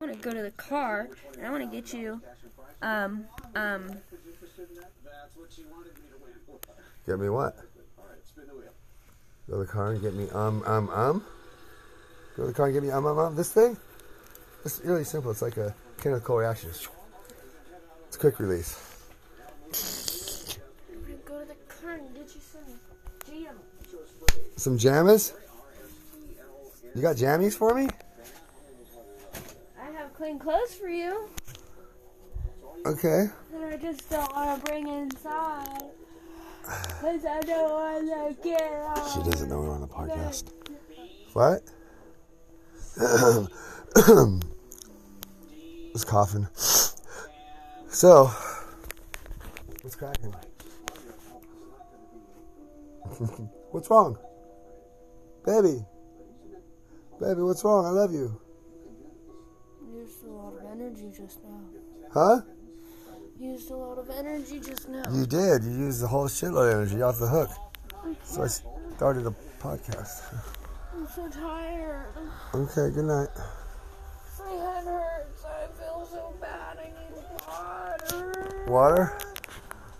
I want to go to the car and I want to get you, um, um, Get me what? Go to the car and get me um um um. Go to the car and get me um um um. This thing, it's really simple. It's like a chemical reaction. It's a quick release. I'm going to go to the car and get you some jam. Some jammies. You got jammies for me? I have clean clothes for you Okay. that I just don't want to bring inside. Because I don't want to get on. She doesn't know we're on a podcast. What? was coughing. So, what's cracking? what's wrong, baby? Baby, what's wrong? I love you, Used a lot of energy just now. huh? Used a lot of energy just now. You did. You used the whole shitload of energy off the hook. So I started a podcast. I'm so tired. Okay, good night. My head hurts. I feel so bad. I need water. Water.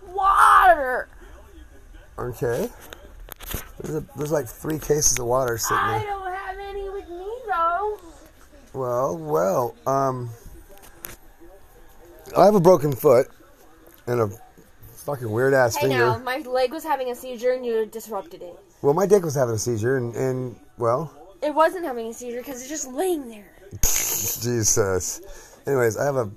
Water! Okay. There's, a, there's like three cases of water sitting I there. don't have any with me though. Well, well, um, I have a broken foot and a fucking weird ass I finger. know. My leg was having a seizure and you disrupted it. Well, my dick was having a seizure, and, and well, It wasn't having a seizure because it's just laying there. Jesus. Anyways, I have a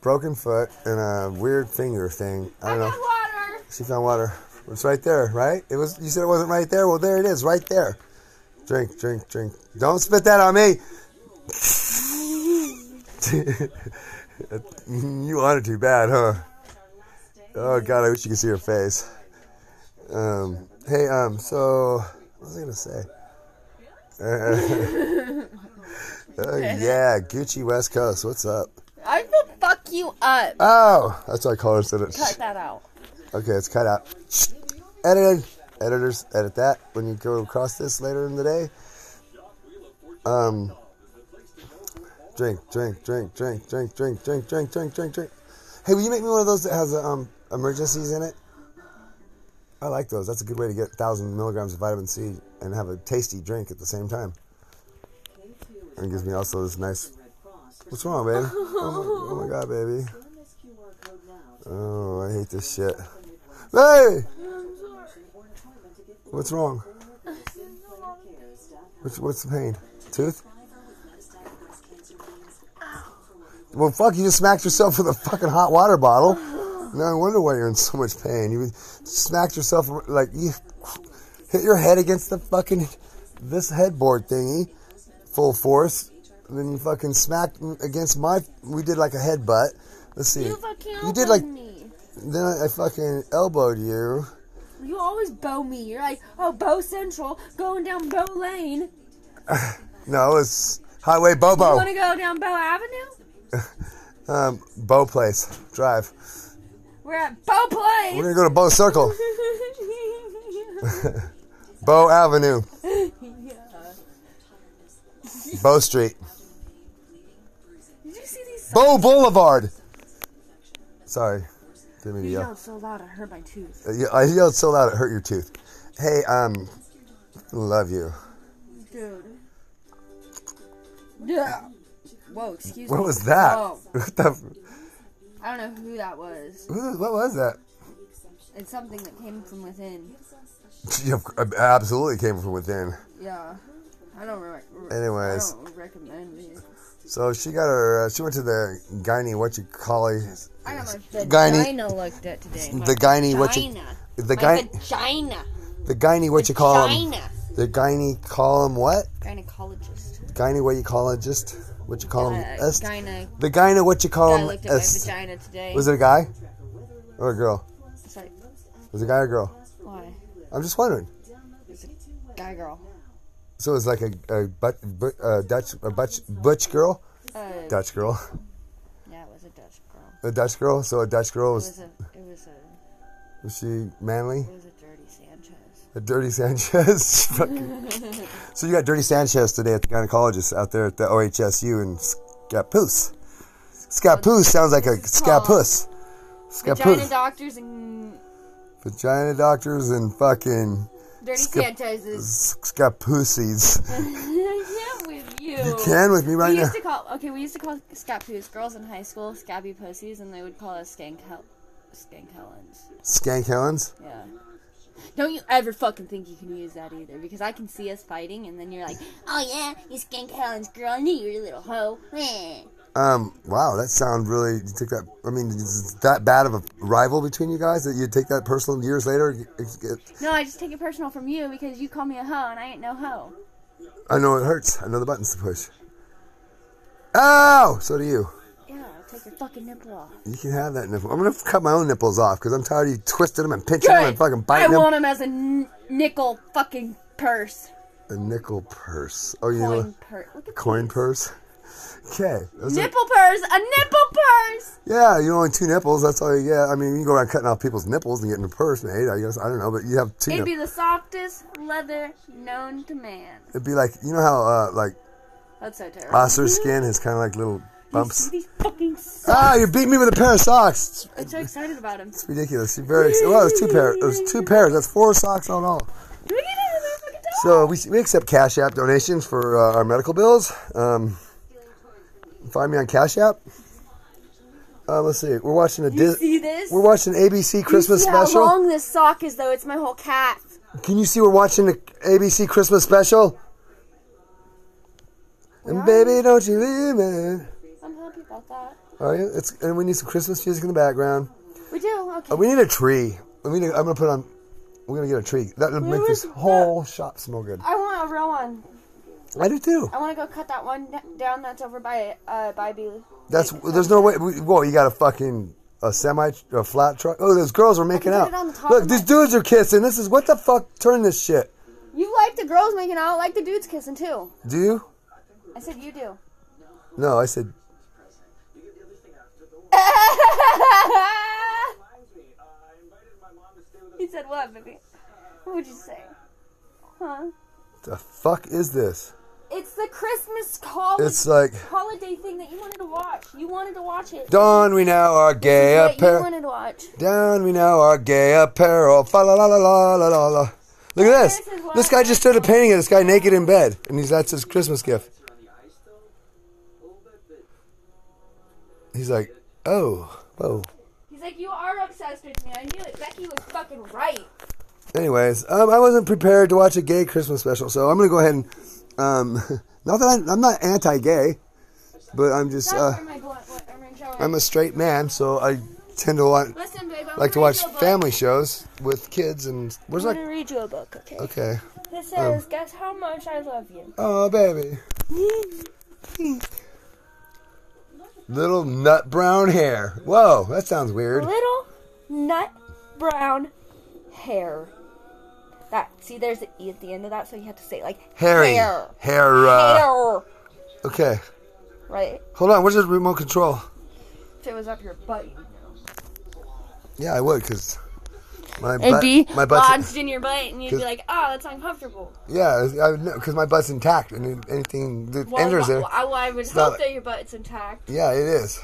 broken foot and a weird finger thing. I don't know. Water! She found water. It's right there, right? It was. You said it wasn't right there. Well, there it is, right there. Drink, drink, drink. Don't spit that on me. you on it too bad, huh? Oh God, I wish you could see her face. Um, hey, um, so what was I gonna say? Uh, uh, yeah, Gucci West Coast. What's up? I will fuck you up. Oh, that's why I called her instead of. Cut that out. Okay, it's cut out. Edited. Editors, edit that when you go across this later in the day. Um, drink, drink, drink, drink, drink, drink, drink, drink, drink, drink, drink. Hey, will you make me one of those that has um emergencies in it? I like those. That's a good way to get thousand milligrams of vitamin C and have a tasty drink at the same time. And it gives me also this nice. What's wrong, baby? Oh my, oh my god, baby. Oh, I hate this shit. Hey! What's wrong? What's, what's the pain? Tooth? Well, fuck, you just smacked yourself with a fucking hot water bottle. No I wonder why you're in so much pain. You smacked yourself, like, you hit your head against the fucking, this headboard thingy, full force. And then you fucking smacked against my, we did like a headbutt. Let's see. You fucking You did, like- elbowed me. Then I, I fucking elbowed you. You always bow me. You're like, oh, Bow Central, going down Bow Lane. No, it's Highway You Bobo. want to go down Bow Avenue? Um, Bow Place Drive. We're at Bow Place. We're gonna go to Bow Circle, Bow Avenue, Bow Street, Did you see these? Bow Boulevard. Sorry, didn't mean to You yell. yelled so loud I hurt my tooth. Uh, yeah, I yelled so loud it hurt your tooth. Hey, um, love you. Dude. Yeah. Whoa, excuse What me. was that? Oh. What the? f- I don't know who that was. who- What was that? It's something that came from within. You absolutely came from within. Yeah. I don't, re- re- Anyways. I don't recommend it. So she got her. Uh, she went to the Guiney. What you call it? I got my Guiney. vagina looked at today. The Guiney. What you? Vagina. The My Guiney. vagina. The Guiney. What you call 'em? Vagina. The Guiney call 'em what? Gynecologist. Guiney what you call it? Just what you call him? Uh, gyne. The Guiney what you call I him? looked at my vagina today. um, Was it a guy or a girl? It's like, Was it a guy or a girl? why? I'm just wondering. Guy girl. So it was like a, a, but, but, uh Dutch a butch, butch girl, Uh, Dutch girl, yeah, it was a Dutch girl. a Dutch girl. So a Dutch girl It was was a. It was a. was she manly? It was a dirty Sanchez. A dirty Sanchez. Fucking- so you got dirty Sanchez today at the gynecologist out there at the OHSU in Scapoose. Scapoose sounds like a scapoose. China Scapoose. doctors and Vagina doctors and fucking dirty Skip- Sanchez's. scapoosies. I can't with you. You can with me right we now. used to call okay. We used to call scat poos girls in high school scabby pussies, and they would call us skank hel- skank helens. Skank Helens. Yeah. Don't you ever fucking think you can use that either, because I can see us fighting, and then you're like, "Oh yeah, you skank Helen's girl. I knew you were a little hoe." Eh. Um, wow, that sound really. You took that. I mean, is it that bad of a rival between you guys that you take that personal years later? It's- it- No, I just take it personal from you because you call me a hoe, and I ain't no hoe. I know it hurts. I know the buttons to push. Oh, so do you. Yeah, I'll take your fucking nipple off. You can have that nipple. I'm gonna cut my own nipples off because I'm tired of you twisting them and pinching them Good. and fucking I biting them. want him as a n- nickel fucking purse. A nickel purse. Oh, you know, Coin purse. Look at coin purse. Okay. those are- nipple purse. A nipple purse. yeah, you only two nipples. That's all you get. I mean, you can go around cutting off people's nipples and getting a purse made. I guess I don't know, but you have two. It'd nipples. be the softest leather known to man. It'd be like you know how uh, like That's so terrible. ostrich skin has kind of like little bumps. These fucking s- Ah, you beat me with a pair of socks. I'm so excited about him. It's ridiculous. You're very well. There's two pairs. There's two pairs. That's four socks all in all. Look at him, he's a fucking dog. So we, we accept Cash App donations for uh, our medical bills. Um, find me on Cash App. Uh, let's see. We're watching a You Dis- see this? We're watching ABC Christmas you see how special. long this sock is, though. It's my whole cat. Can you see we're watching the ABC Christmas special? And baby, don't you leave me. I'm happy about that. Are you? It's and we need some Christmas music in the background. We do. Okay. Uh, we need a tree. We need. A, I'm gonna put on. We're gonna get a tree. That'll make was this whole shop smell good. I want a real one. I do too. I want to go cut that one d- down that's over by uh by B. That's there's no way. We, whoa, you got a fucking a semi a flat truck. Oh, those girls are making put out. it on the top Look, of these my- dudes are kissing. This is what the fuck. Turn this shit. You like the girls making out, like the dudes kissing too. Do you? I said you do. No, I said. he said what, baby? What would you say? Huh? The fuck is this? It's the Christmas holiday, It's like holiday thing that you wanted to watch. You wanted to watch it. dawn. We now are gay What you apparel. wanted to watch. Down we now are gay apparel. Fa la la la la la la la. Look at this. This is what This guy just did a painting of this guy naked in bed, and he's that's his Christmas gift. He's like, oh, whoa. He's like, you are obsessed with me. I knew it. Becky was fucking right. Anyways, um, I wasn't prepared to watch a gay Christmas special, so I'm gonna go ahead and, um, not that I'm, I'm not anti-gay, but I'm just That's uh, where my blunt went. I'm in shower. I'm a straight man, so I tend to like Listen, babe. I'm like to gonna watch read you a family shows with kids, and where's Book. I'm like, gonna read you a book, okay? okay, This Um, says, "Guess how much I love you." oh baby, little nut brown hair. Whoa, that sounds weird. Little nut brown hair. That see, there's an e at the end of that, so you have to say like Hairy hair, hair. Uh, hair, okay, right? hold on. Where's the remote control? If it was up your butt, you'd know. Yeah, I would, cause my It'd butt, be my butt's lodged in your butt, and you'd be like, "Oh, that's uncomfortable." Yeah, I would know because my butt's intact, and anything that Well, enters wh- there, well, I, well, I would not hope like- that your butt's intact, yeah, it is.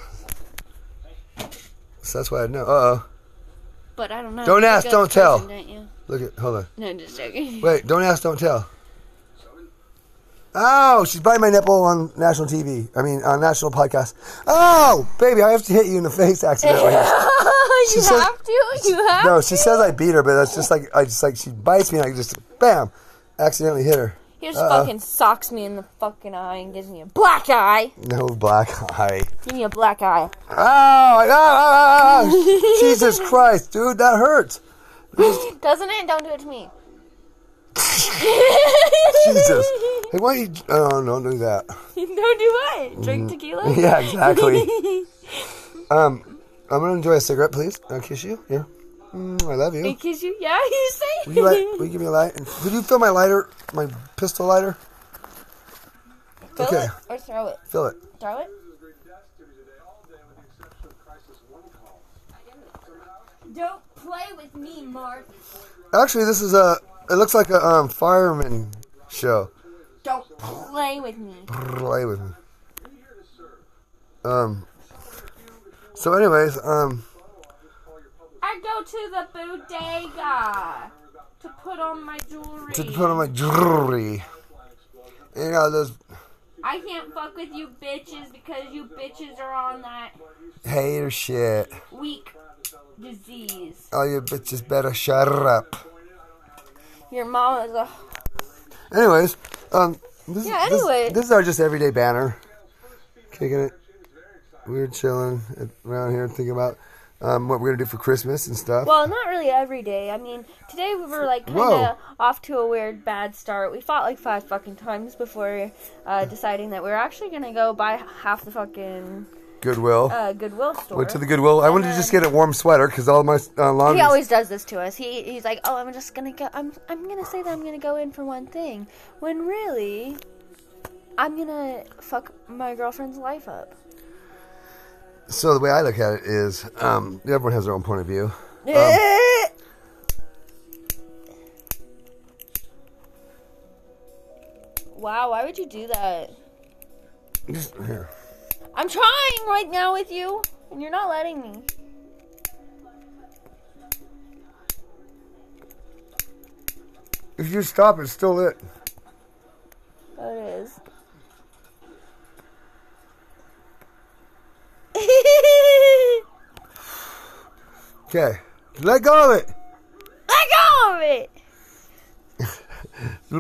So that's why I know. Uh oh, but I don't know. Don't You're a ask, good don't tell. person, don't you? look at, hold on, No, just joking. wait, don't ask, don't tell. Oh, she's biting my nipple on national TV. I mean, on national podcast. Oh, baby, I have to hit you in the face accidentally. you said- have to. You have. no, she says I beat her, but that's just like I just like she bites me, and I just bam, accidentally hit her. He just uh-uh. fucking socks me in the fucking eye and gives me a black eye. No black eye. Give me a black eye. Oh, oh, oh, oh, oh. Jesus Christ, dude, that hurts. Doesn't it? Don't do it to me. Jesus. Hey, why you? Oh, don't do that. Don't do what? Drink Mm. tequila? Yeah, exactly. um, I'm gonna enjoy a cigarette, please. I'll kiss you. Yeah. Mm, I love I you. kiss you? Yeah, you say? Will you, light, will you give me a light? Would you fill my lighter, my pistol lighter? Fill okay. it or throw it. Fill it. Throw it? Don't play with me, Mark. Actually, this is a. It looks like a um, fireman show. Don't play with me. Play with me. Um. So, anyways, um, I go to the bodega to put on my jewelry. to put on my jewelry, and you know those I can't fuck with you bitches because you bitches are on that hater shit. weak disease. All you bitches better shut up. Your mom is a. Anyways, um, this, Yeah, this- anyway. this, is our just everyday banner. Kicking it. We were chilling at- around here, thinking about um, what we're gonna do for Christmas and stuff. Well, not really every day. I mean, today we were like kind Whoa. of off to a weird bad start. We fought like five fucking times before uh, deciding that we were actually gonna go buy half the fucking Goodwill. uh, Goodwill store. Went to the Goodwill. I wanted to just get a warm sweater because all my uh, laundry. He always does this to us. He he's like, "Oh, I'm just gonna go. I'm I'm gonna say that I'm gonna go in for one thing, when really, I'm gonna fuck my girlfriend's life up." So the way I look at it is, um, everyone has their own point of view. wow, why would you do that? Just here. I'm trying right now with you, and you're not letting me. If you stop, it's still lit. Oh, it is. Okay. Let go of it. Let go of it.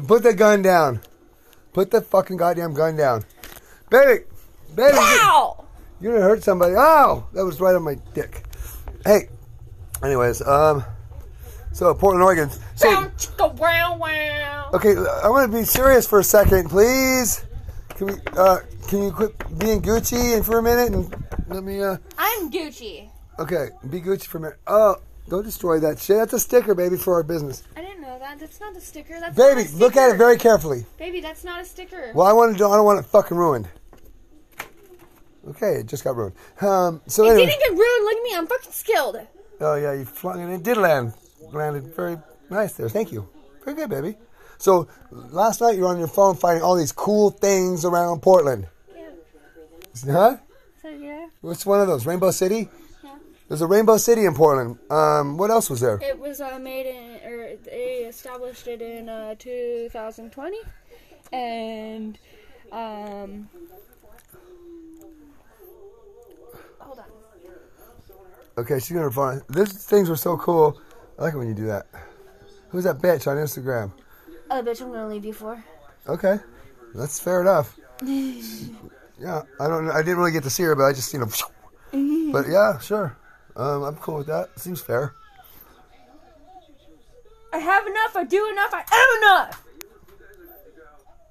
Put the gun down. Put the fucking goddamn gun down. Baby. Baby. Ow! You're gonna hurt somebody. Ow! That was right on my dick. Hey. Anyways, um, so Portland, Oregon. So Chicka wow wow. okay, I want to be serious for a second, please. Can we? Uh, can you quit being Gucci and for a minute and let me? Uh, I'm Gucci. okay, be Gucci for a minute. Oh, don't destroy that shit. That's a sticker, baby, for our business. I didn't know that. That's not a sticker. That's Baby, not a look at it sticker. very carefully. Baby, that's not a sticker. Well, I want to. I don't want it fucking ruined. Okay, it just got ruined. Um, so It anyway. didn't get ruined. Look at me. I'm fucking skilled. Oh yeah, you flung it. and It did land. Landed very nice there. Thank you. Very good, baby. So last night you were on your phone finding all these cool things around Portland. Yeah. Huh? So yeah. What's one of those? Rainbow City. Yeah. There's a Rainbow City in Portland. Um, what else was there? It was uh, made in, or they established it in uh, 2020, and um. Hold on. Okay, she's gonna find. These things were so cool. I like it when you do that. Who's that bitch on Instagram? Oh, bitch, I'm gonna leave you for. Okay, that's fair enough. yeah, I don't. I didn't really get to see her, but I just you know. but yeah, sure. Um, I'm cool with that. Seems fair. I have enough. I do enough. I am enough.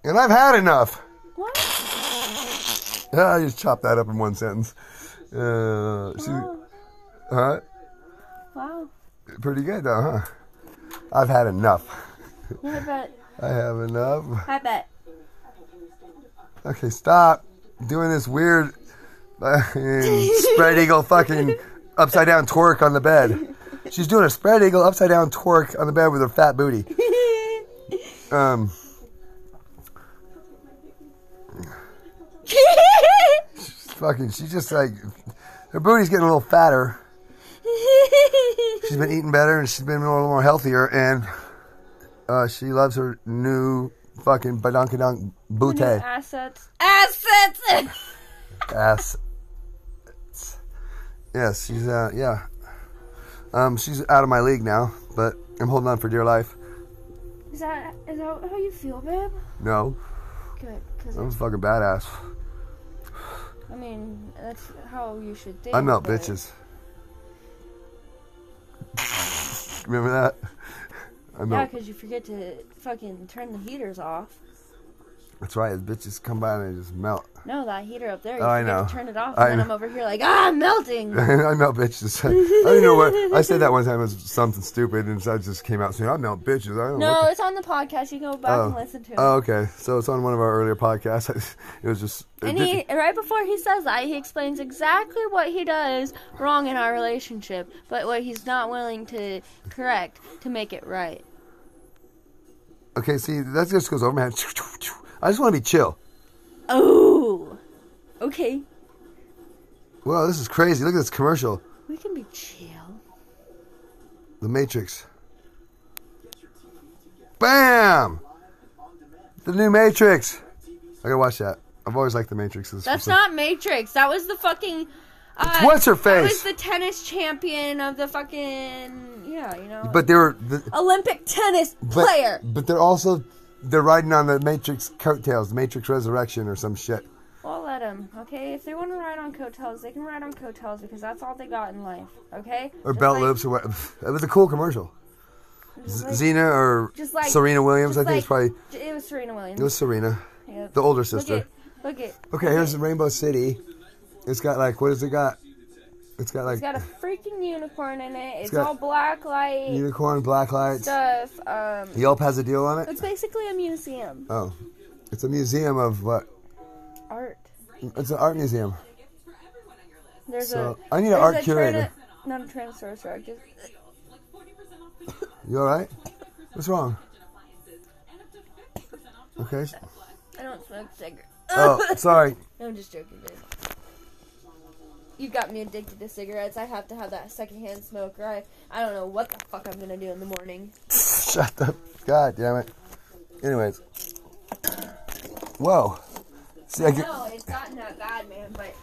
And I've had enough. What? Ah, I just chopped that up in one sentence. Uh, she, huh? Wow. Pretty good though, huh? I've had enough. Yeah, I bet. I have enough. I bet. Okay, stop doing this weird fucking spread eagle fucking upside down twerk on the bed. She's doing a spread eagle upside down twerk on the bed with her fat booty. Um, fucking, she's just like her booty's getting a little fatter. She's been eating better and she's been a little more healthier, and uh, she loves her new fucking badonkadonk bootay. Assets. Assets. ass. Yes, she's uh yeah. Um, she's out of my league now, but I'm holding on for dear life. Is that is that how you feel, babe? No, Good, cause I'm a fucking badass. I mean that's how you should think. I melt but- bitches. Remember that? I Yeah, melt. cause you forget to fucking turn the heaters off. That's right. Bitches come by and they just melt. No, that heater up there. You Oh, I forget know. To turn it off, I and then know. I'm over here like, ah, I'm melting. I melt bitches. I don't even know what I said that one time was something stupid, and so I just came out saying I melt bitches. I don't know. what no, the- it's on the podcast. You can go back and listen to it. Oh, okay. So it's on one of our earlier podcasts. It was just. it and didn't- he, right before he says that, he explains exactly what he does wrong in our relationship, but what he's not willing to correct to make it right. Okay, see, that just goes over my head. I just want to be chill. Oh, okay. Wow, this is crazy. Look at this commercial. We can be chill. The Matrix. Bam! The new Matrix. I gotta watch that. I've always liked the Matrix. This That's was like- not Matrix. That was the fucking. Uh, What's her That was face? the tennis champion of the fucking. Yeah, you know. But they were. The, Olympic tennis but, player. But they're also they're riding on the Matrix coattails, the Matrix Resurrection or some shit. Well, I'll let them, okay? If they want to ride on coattails, they can ride on coattails because that's all they got in life, okay? Or Just belt like- loops or what. It was a cool commercial. just like- Xena or just like- Serena Williams. I just think it's like- probably It was Serena Williams. it was Serena, Yep. the older Look sister. at, look at. Okay, here's Rainbow City. It's got like what has it got? It's got like It's got a freaking unicorn in it. It's got- all black light unicorn, black lights. stuff. Um, Yelp has a deal on it. it's basically a museum. Oh, it's a museum of what? Art. It's an art museum. There's So a. I need an there's art a curator. Tyranno- Not a Tyrannosaurus Rex. Just, You all right? What's wrong? Okay. I don't smoke cigarettes. Oh, sorry. I'm just joking, dude. You got me addicted to cigarettes. I have to have that secondhand smoke, or I, I don't know what the fuck I'm gonna do in the morning. Shut up. God damn it. Anyways. Whoa. See, I get, No, it's gotten that bad, man. But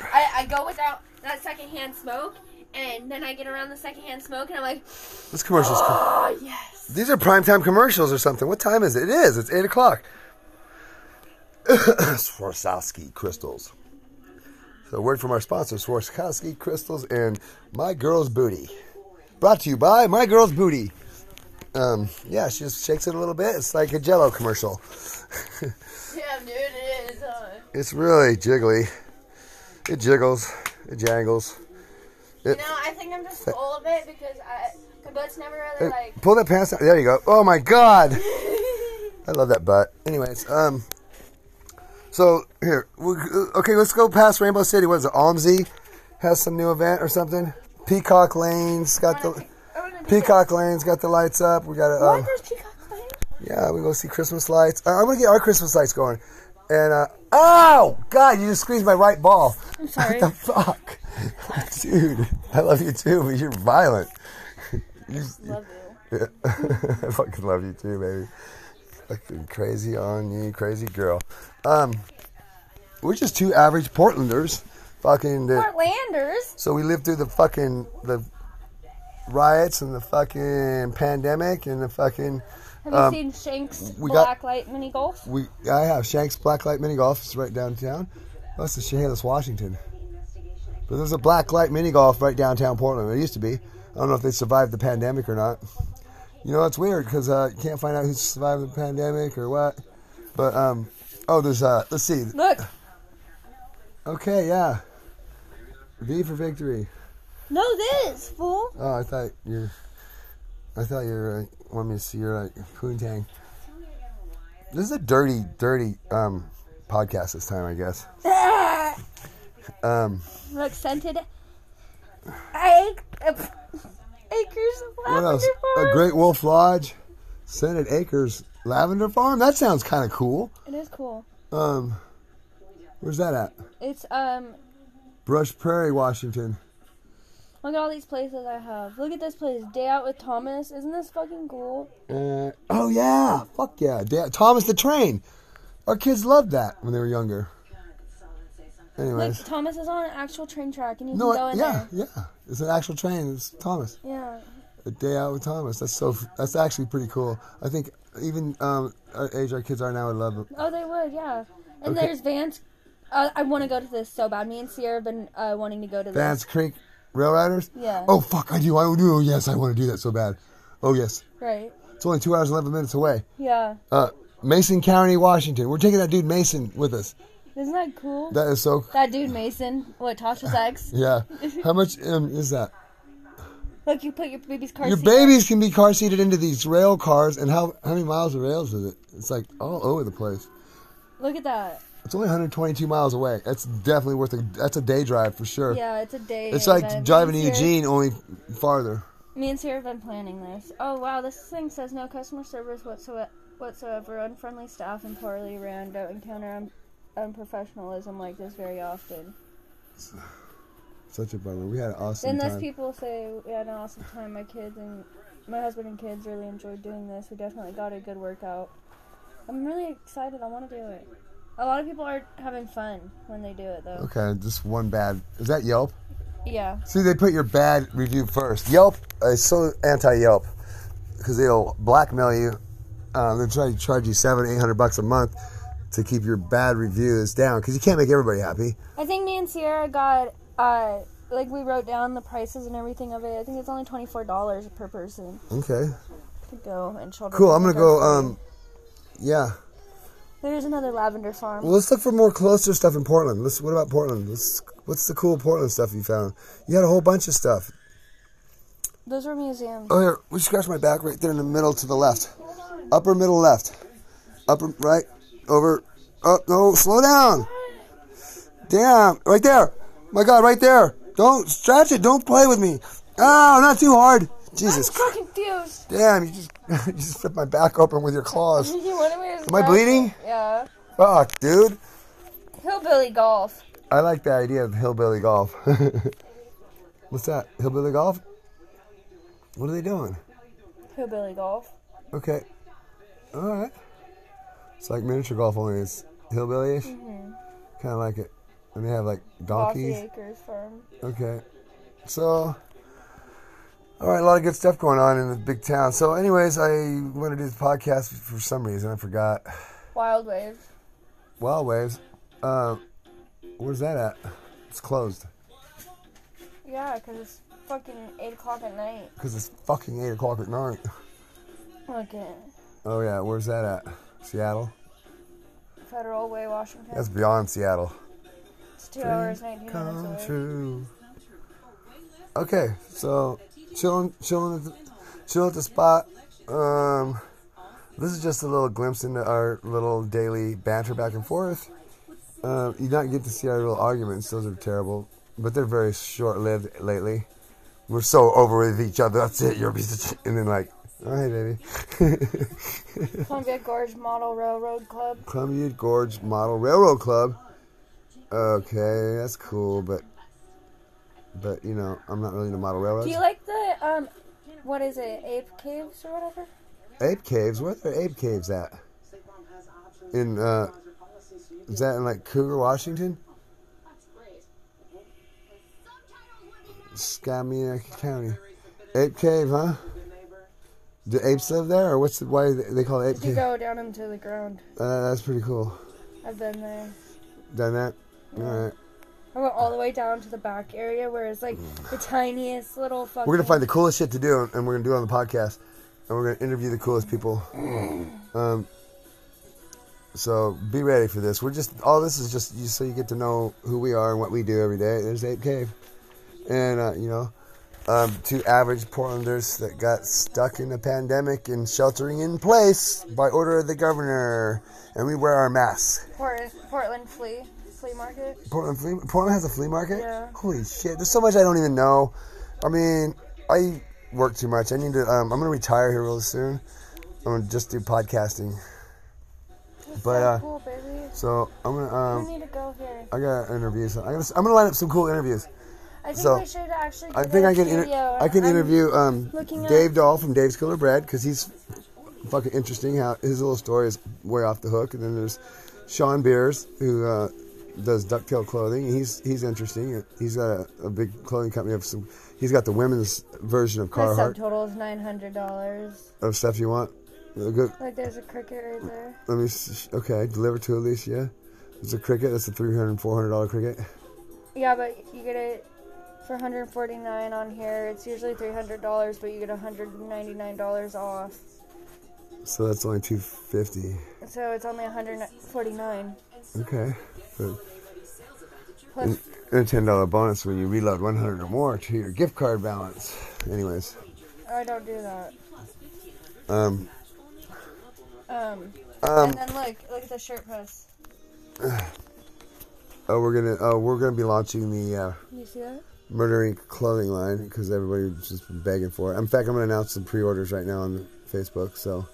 I, I go without that secondhand smoke, and then I get around the secondhand smoke, and I'm like, this commercial's cool. oh yes. These are primetime commercials or something. What time is it? It is. It's 8 o'clock. Swarovski crystals. So, a word from our sponsor, Swarovski crystals and My Girl's Booty. Brought to you by My Girl's Booty. Um, yeah, she just shakes it a little bit. It's like a Jello commercial. Damn, dude, it is. uh, Huh? It's really jiggly. It jiggles. It jangles. You know, I think I'm just full of it because I, the butt's never really Hey, like. Uh, pull that pants down. There you go. Oh my god. I love that butt. Anyways, um, so here, we, uh, okay, let's go past Rainbow City. What is it? Almsy has some new event or something. Peacock Lane's got the I wanna do that. Peacock Lane's got the lights up. We got a What? um, There's peacock playing? yeah. We go see Christmas lights. Uh, I'm gonna get our Christmas lights going. And uh, oh god, you just squeezed my right ball. I'm What sorry. the fuck, dude? I love you too, but you're violent. Love you. Yeah. I fucking love you too, baby. Fucking crazy on you, crazy girl. Um, we're just two average Portlanders. Fucking. That, Portlanders. so we lived through the fucking the riots and the fucking pandemic and the fucking. Have Um, you seen Shanks we got- Blacklight Mini Golf? We I have Shanks Blacklight Mini Golf. It's right downtown. That's the Chehalis, Washington. But there's a Blacklight Mini Golf right downtown Portland. There used to be. I don't know if they survived the pandemic or not. You know, it's weird because uh, you can't find out who survived the pandemic or what. But um, oh, there's uh, let's see. Look, Okay, yeah. V for victory. no, this fool. Oh, I thought you're. I thought you were like, want me to see your like poontang. This is a dirty, dirty um, podcast this time, I guess. Um, Look, scented. Ac- acres of what lavender else? farm. A Great Wolf Lodge, Senate Acres Lavender Farm. That sounds kind of cool. it is cool. Um, where's that at? It's um. Brush Prairie, Washington. Look at all these places I have. Look at this place, Day Out with Thomas. Isn't this fucking cool? Uh, oh yeah, fuck yeah, da- Thomas the Train. Our kids loved that when they were younger. Look, Anyways, Thomas is on an actual train track, and you no, can go I- in yeah, yeah, it's an actual train. It's Thomas. there. A day out with Thomas. That's so. That's actually pretty cool. I think even um, our age our kids are now would love it. Yeah. Oh, they would. Yeah. And Okay. there's Vance. Uh, I want to go to this so bad. Me and Sierra have been uh, wanting to go to this. Vance Creek Rail Riders. Yeah. Oh fuck, I do. I do. Oh yes, I want to do that so bad. Oh yes, Right. it's only two hours and eleven minutes away. Yeah. Uh, Mason County, Washington. We're taking that dude Mason with us. Isn't that cool? That is so. That dude Mason, what Tasha's ex? Yeah. How much um, is that? Look, you put your baby's car. Your seat babies can be car seated into these rail cars, and how how many miles of rails is it? It's like all over the place. up. Look at that. It's only 122 miles away. That's definitely worth a. That's a day drive for sure. Yeah, it's a day. It's like event. driving E to Me and Sierra- Eugene, only farther. Me and Sarah have been planning this. Oh wow, this thing says no customer service whatsoever. Whatsoever, unfriendly staff and poorly ran don't encounter un- unprofessionalism like this very often. Such a bummer. We had an awesome Then those time. people say we had an awesome time. My kids and my husband and kids really enjoyed doing this. We definitely got a good workout. I'm really excited. I want to do it. A lot of people are having fun when they do it though. okay, just one bad. Is that Yelp? Yeah. See, they put your bad review first. Yelp is so anti-Yelp because they'll blackmail you. Uh, they'll try to charge you seven, eight hundred bucks a month to keep your bad reviews down because you can't make everybody happy. I think me and Sierra got uh like we wrote down the prices and everything of it. I think it's only twenty four dollars per person Okay, to go and children. cool. I'm gonna go. Um, yeah. There's another lavender farm. Well, let's look for more closer stuff in Portland. Let's. What about Portland? Let's. What's the cool Portland stuff you found? You had a whole bunch of stuff. Those were museums. Oh, here. We scratched my back right there in the middle to the left. Upper middle left. Upper right. Over. Oh, no. Slow down. Damn. Right there. My God, right there. Don't stretch it. Don't play with me. Oh, not too hard. Jesus. I'm so confused. Damn. You just, you just ripped my back open with your claws. You wanted me to Am I grab- bleeding? Yeah. Fuck, dude. Hillbilly golf. I like the idea of hillbilly golf. What's that? Hillbilly golf? What are they doing? Hillbilly golf. Okay. All right. It's like miniature golf, only it's hillbilly-ish. Kind of like it. And they have like Coffee donkeys. Acres Farm. Okay. So, all right, a lot of good stuff going on in the big town. So, anyways, I want to do this podcast for some reason. I forgot. Wild Wave. Wild Waves. Uh, where's that at? It's closed Yeah, 'cause it's fucking 8 o'clock at night. because it's fucking 8 o'clock at night. Look at it. Oh, yeah, where's that at? Seattle? Federal Way, Washington. That's beyond Seattle. it's 2 hours, 19 come minutes away. true. Okay, so chilling, chilling, at the, chilling at the spot. Um, this is just a little glimpse into our little daily banter back and forth. Um, you don't get to see our little arguments; those are terrible, but they're very short-lived lately. We're so over with each other. That's it. You're a piece of shit, and then like, all right, baby. Columbia Gorge Model Railroad Club. Columbia Gorge Model Railroad Club. Okay, that's cool, but but you know, I'm not really into model railroads. Do you like the, um, what is it, ape caves or whatever? ape caves? Where are the ape caves at? In uh, is that in like Cougar, Washington? Skamia County. Ape cave, huh? Do apes live there, or what's the, why they they call it ape You cave? go down into the ground. Uh, that's pretty cool. I've been there. Done that. All right, I went all the way down to the back area where it's like the tiniest little fucking. Mm. we're gonna find the coolest shit to do, and we're gonna do it on the podcast, and we're gonna interview the coolest people. Um, so be ready for this. We're just all this is just you, so you get to know who we are and what we do every day. There's Ape Cave, and uh, you know, um, two average Portlanders that got stuck in a pandemic and sheltering in place by order of the governor, and we wear our masks. Port- Portland Flea. Flea Market. Portland flea, Portland has a flea market. Yeah. Holy shit! There's so much I don't even know. I mean, I work too much. I need to. Um, I'm gonna retire here real soon. I'm gonna just do podcasting. But uh, Cool, baby. so I'm gonna. Um, We need to go here. I got interviews. I'm gonna, I'm gonna line up some cool interviews. I think So, we should actually. I do think a I can. Studio, Inter- and I can I'm- interview um, looking up- Dave Dahl from Dave's Killer Bread because he's fucking interesting. How his little story is way off the hook. And then there's Sean Beers who uh, does ducktail clothing. He's he's interesting. He's got a, a big clothing company of some. He's got the women's version of My Carhartt subtotal is nine hundred dollars. of stuff you want. Uh, Good. Like there's a cricket right there. Let me. s- Okay, deliver to Alicia. It's a cricket. That's a 300 400 dollar cricket. Yeah, but you get it for one hundred forty nine on here. It's usually three hundred dollars, but you get one hundred ninety nine dollars off. So that's only 250. So it's only one hundred forty nine Okay. But plus. and a ten dollar bonus when you reload one hundred or more to your gift card balance. Anyways, I don't do that. um, Um, um, and then look, look at the shirt post. oh, we're gonna, oh, we're gonna be launching the uh, You see that? Murder Inc. clothing line because everybody's just been begging for it. In fact, I'm gonna announce some pre-orders right now on Facebook. So,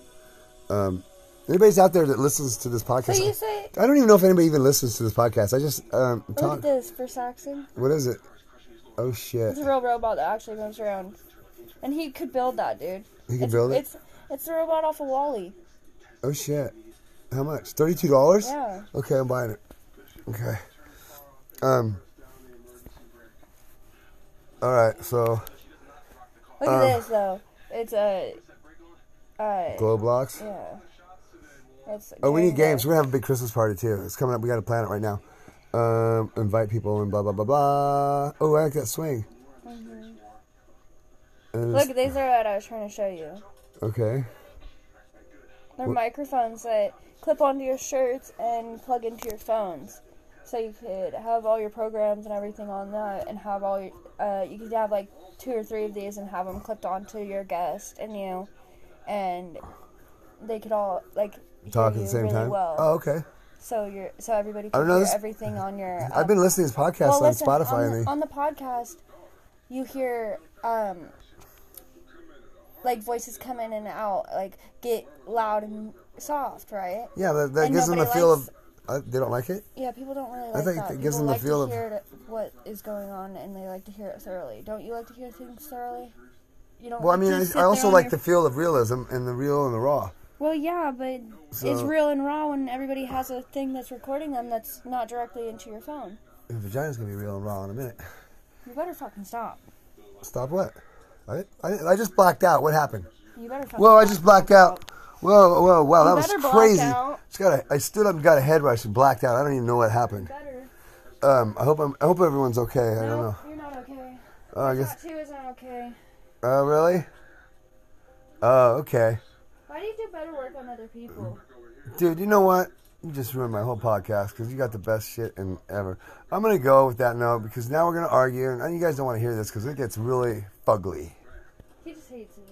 um, anybody's out there that listens to this So podcast, you say, I don't even know if anybody even listens to this podcast. I just um, look at talk. this for Saxon. What is it? Oh shit. It's a real robot that actually moves around, and he could build that, dude. He can it's, build it. It's it's the robot off of Wally. Oh shit. How much? Thirty-two dollars. Yeah. Okay, I'm buying it. Okay. Um. All right. So Look Um, at this though. It's a. Uh, glow blocks. yeah. It's Oh, we need Game games. We're gonna have a big Christmas party too. It's coming up. We got to plan it right now. Um, invite people and blah blah blah blah. Oh, I like that swing. And it's- Mm-hmm. Look, these are what I was trying to show you. okay. They're microphones that clip onto your shirts and plug into your phones. So you could have all your programs and everything on that, and have all your. Uh, you could have like two or three of these and have them clipped onto your guest and you, and they could all like hear Talk at you the same really time. well. Oh, okay. So you're so everybody don't can know, hear this- everything on your. I've been listening to this podcast well, on listen, Spotify. On and the, they- on the podcast, you hear um, like voices come in and out, like get loud and soft, right? yeah, that, that and gives them the nobody feel likes- of. Uh, they don't like it. Yeah, people don't really like think that. it gives people them the like feel to of- hear it- what is going on, and they like to hear it thoroughly. Don't you like to hear things thoroughly? You don't. Well, I like mean, to I, sit I there also on like your- the feel of realism and the real and the raw. Well, yeah, but it's So- real and raw when everybody has a thing that's recording them that's not directly into your phone. Your vagina's gonna be real and raw in a minute. You better fucking stop. Stop what? I, I, I just blacked out. What happened? You better fucking. Whoa, I stop. just blacked out. Whoa, whoa, wow, that You was better black crazy. out. Just got a, I stood up and got a head rush and blacked out. I don't even know what happened. Better. Um, I hope I'm, I hope everyone's okay. I don't know. You're not okay. Oh, I guess. That too isn't okay. Oh, really? Oh, okay. Why do you do better work on other people? Dude, you know what? You just ruined my whole podcast because you got the best shit in ever. I'm gonna go with that now because now we're gonna argue, and you guys don't want to hear this because it gets really fugly. He just hates me.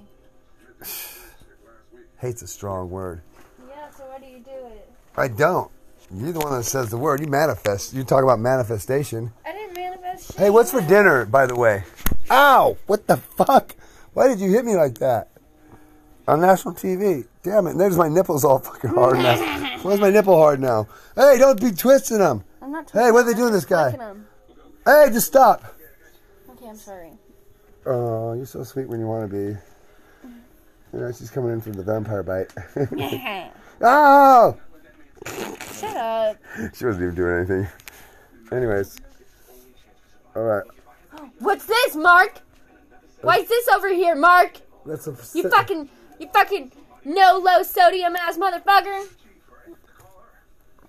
Hate's a strong word. Yeah, so why do you do it? I don't. You're the one that says the word. You manifest. You talk about manifestation. I didn't manifest shit. Hey, what's for dinner, by the way? Ow! What the fuck? Why did you hit me like that? On national TV. Damn it. There's my nipples all fucking hard now. Why's my nipple hard now? Hey, don't be twisting them. I'm not Hey, what are they doing to this guy? Hey, just stop. Okay, I'm sorry. Oh, you're so sweet when you want to be. You know, she's coming in for the vampire bite. oh! Shut up. She wasn't even doing anything. Anyways. Alright. What's this, Mark? Why's this over here, Mark? That's a You fucking, you fucking no low sodium ass motherfucker.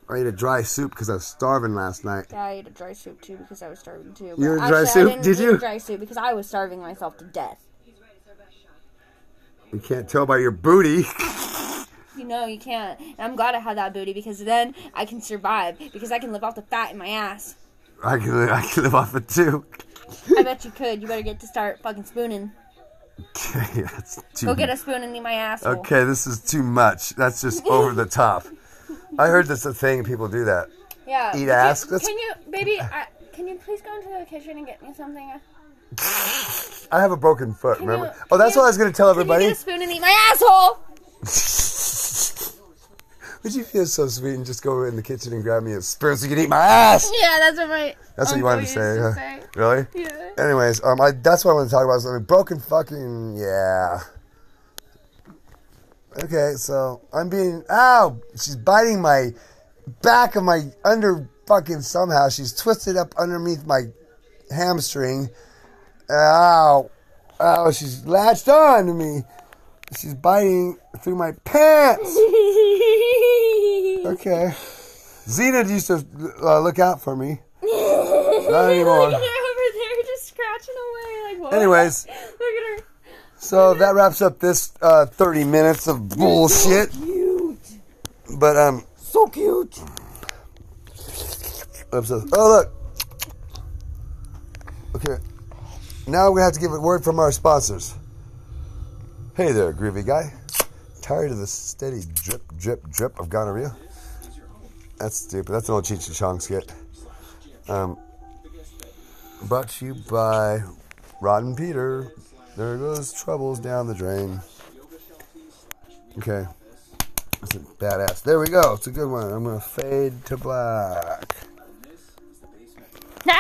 I ate a dry soup because I was starving last night. Yeah, I ate a dry soup too because I was starving too. You but ate a dry actually, I soup? didn't Did eat you? Dry soup because I was starving myself to death. You can't tell by your booty. You know you can't. And I'm glad I had that booty because then I can survive because I can live off the fat in my ass. I can live, I can live off it too. I bet you could. You better get to start fucking spooning. Okay, that's too. Go get a spoon and eat my asshole. okay, this is too much. That's just over the top. I heard that's a thing. People do that. Yeah. Eat Can- ass. Can, That's- you, baby? I, can you please go into the kitchen and get me something? I have a broken foot. Can remember? you- oh, that's can what I you- was gonna tell Can you everybody. get a spoon and eat my asshole? Would you feel so sweet and just go in the kitchen and grab me a spoon so you can eat my ass? Yeah, that's what my. That's what you uncle wanted to used say. huh? say. Really? Yeah. Anyways, um, I, that's what I want to talk about. Is like broken fucking yeah. Okay, so I'm being ow. She's biting my back of my under fucking somehow. She's twisted up underneath my hamstring. Ow, ow. She's latched on to me. She's biting through my pants. Okay. Zena used to uh, look out for me. Not They're anymore. over there just scratching away. Like what? Anyways. Look at her. So that wraps up this uh, 30 minutes of bullshit. But um, so cute. Oh look. Okay. Now we have to give a word from our sponsors. Hey there, groovy guy. Tired of the steady drip, drip, drip of gonorrhea? That's stupid. That's an old Cheech and Chong skit. Um, brought to you by Rod and Peter. There goes troubles down the drain. Okay. That's a badass. There we go. It's a good one. I'm gonna fade to black.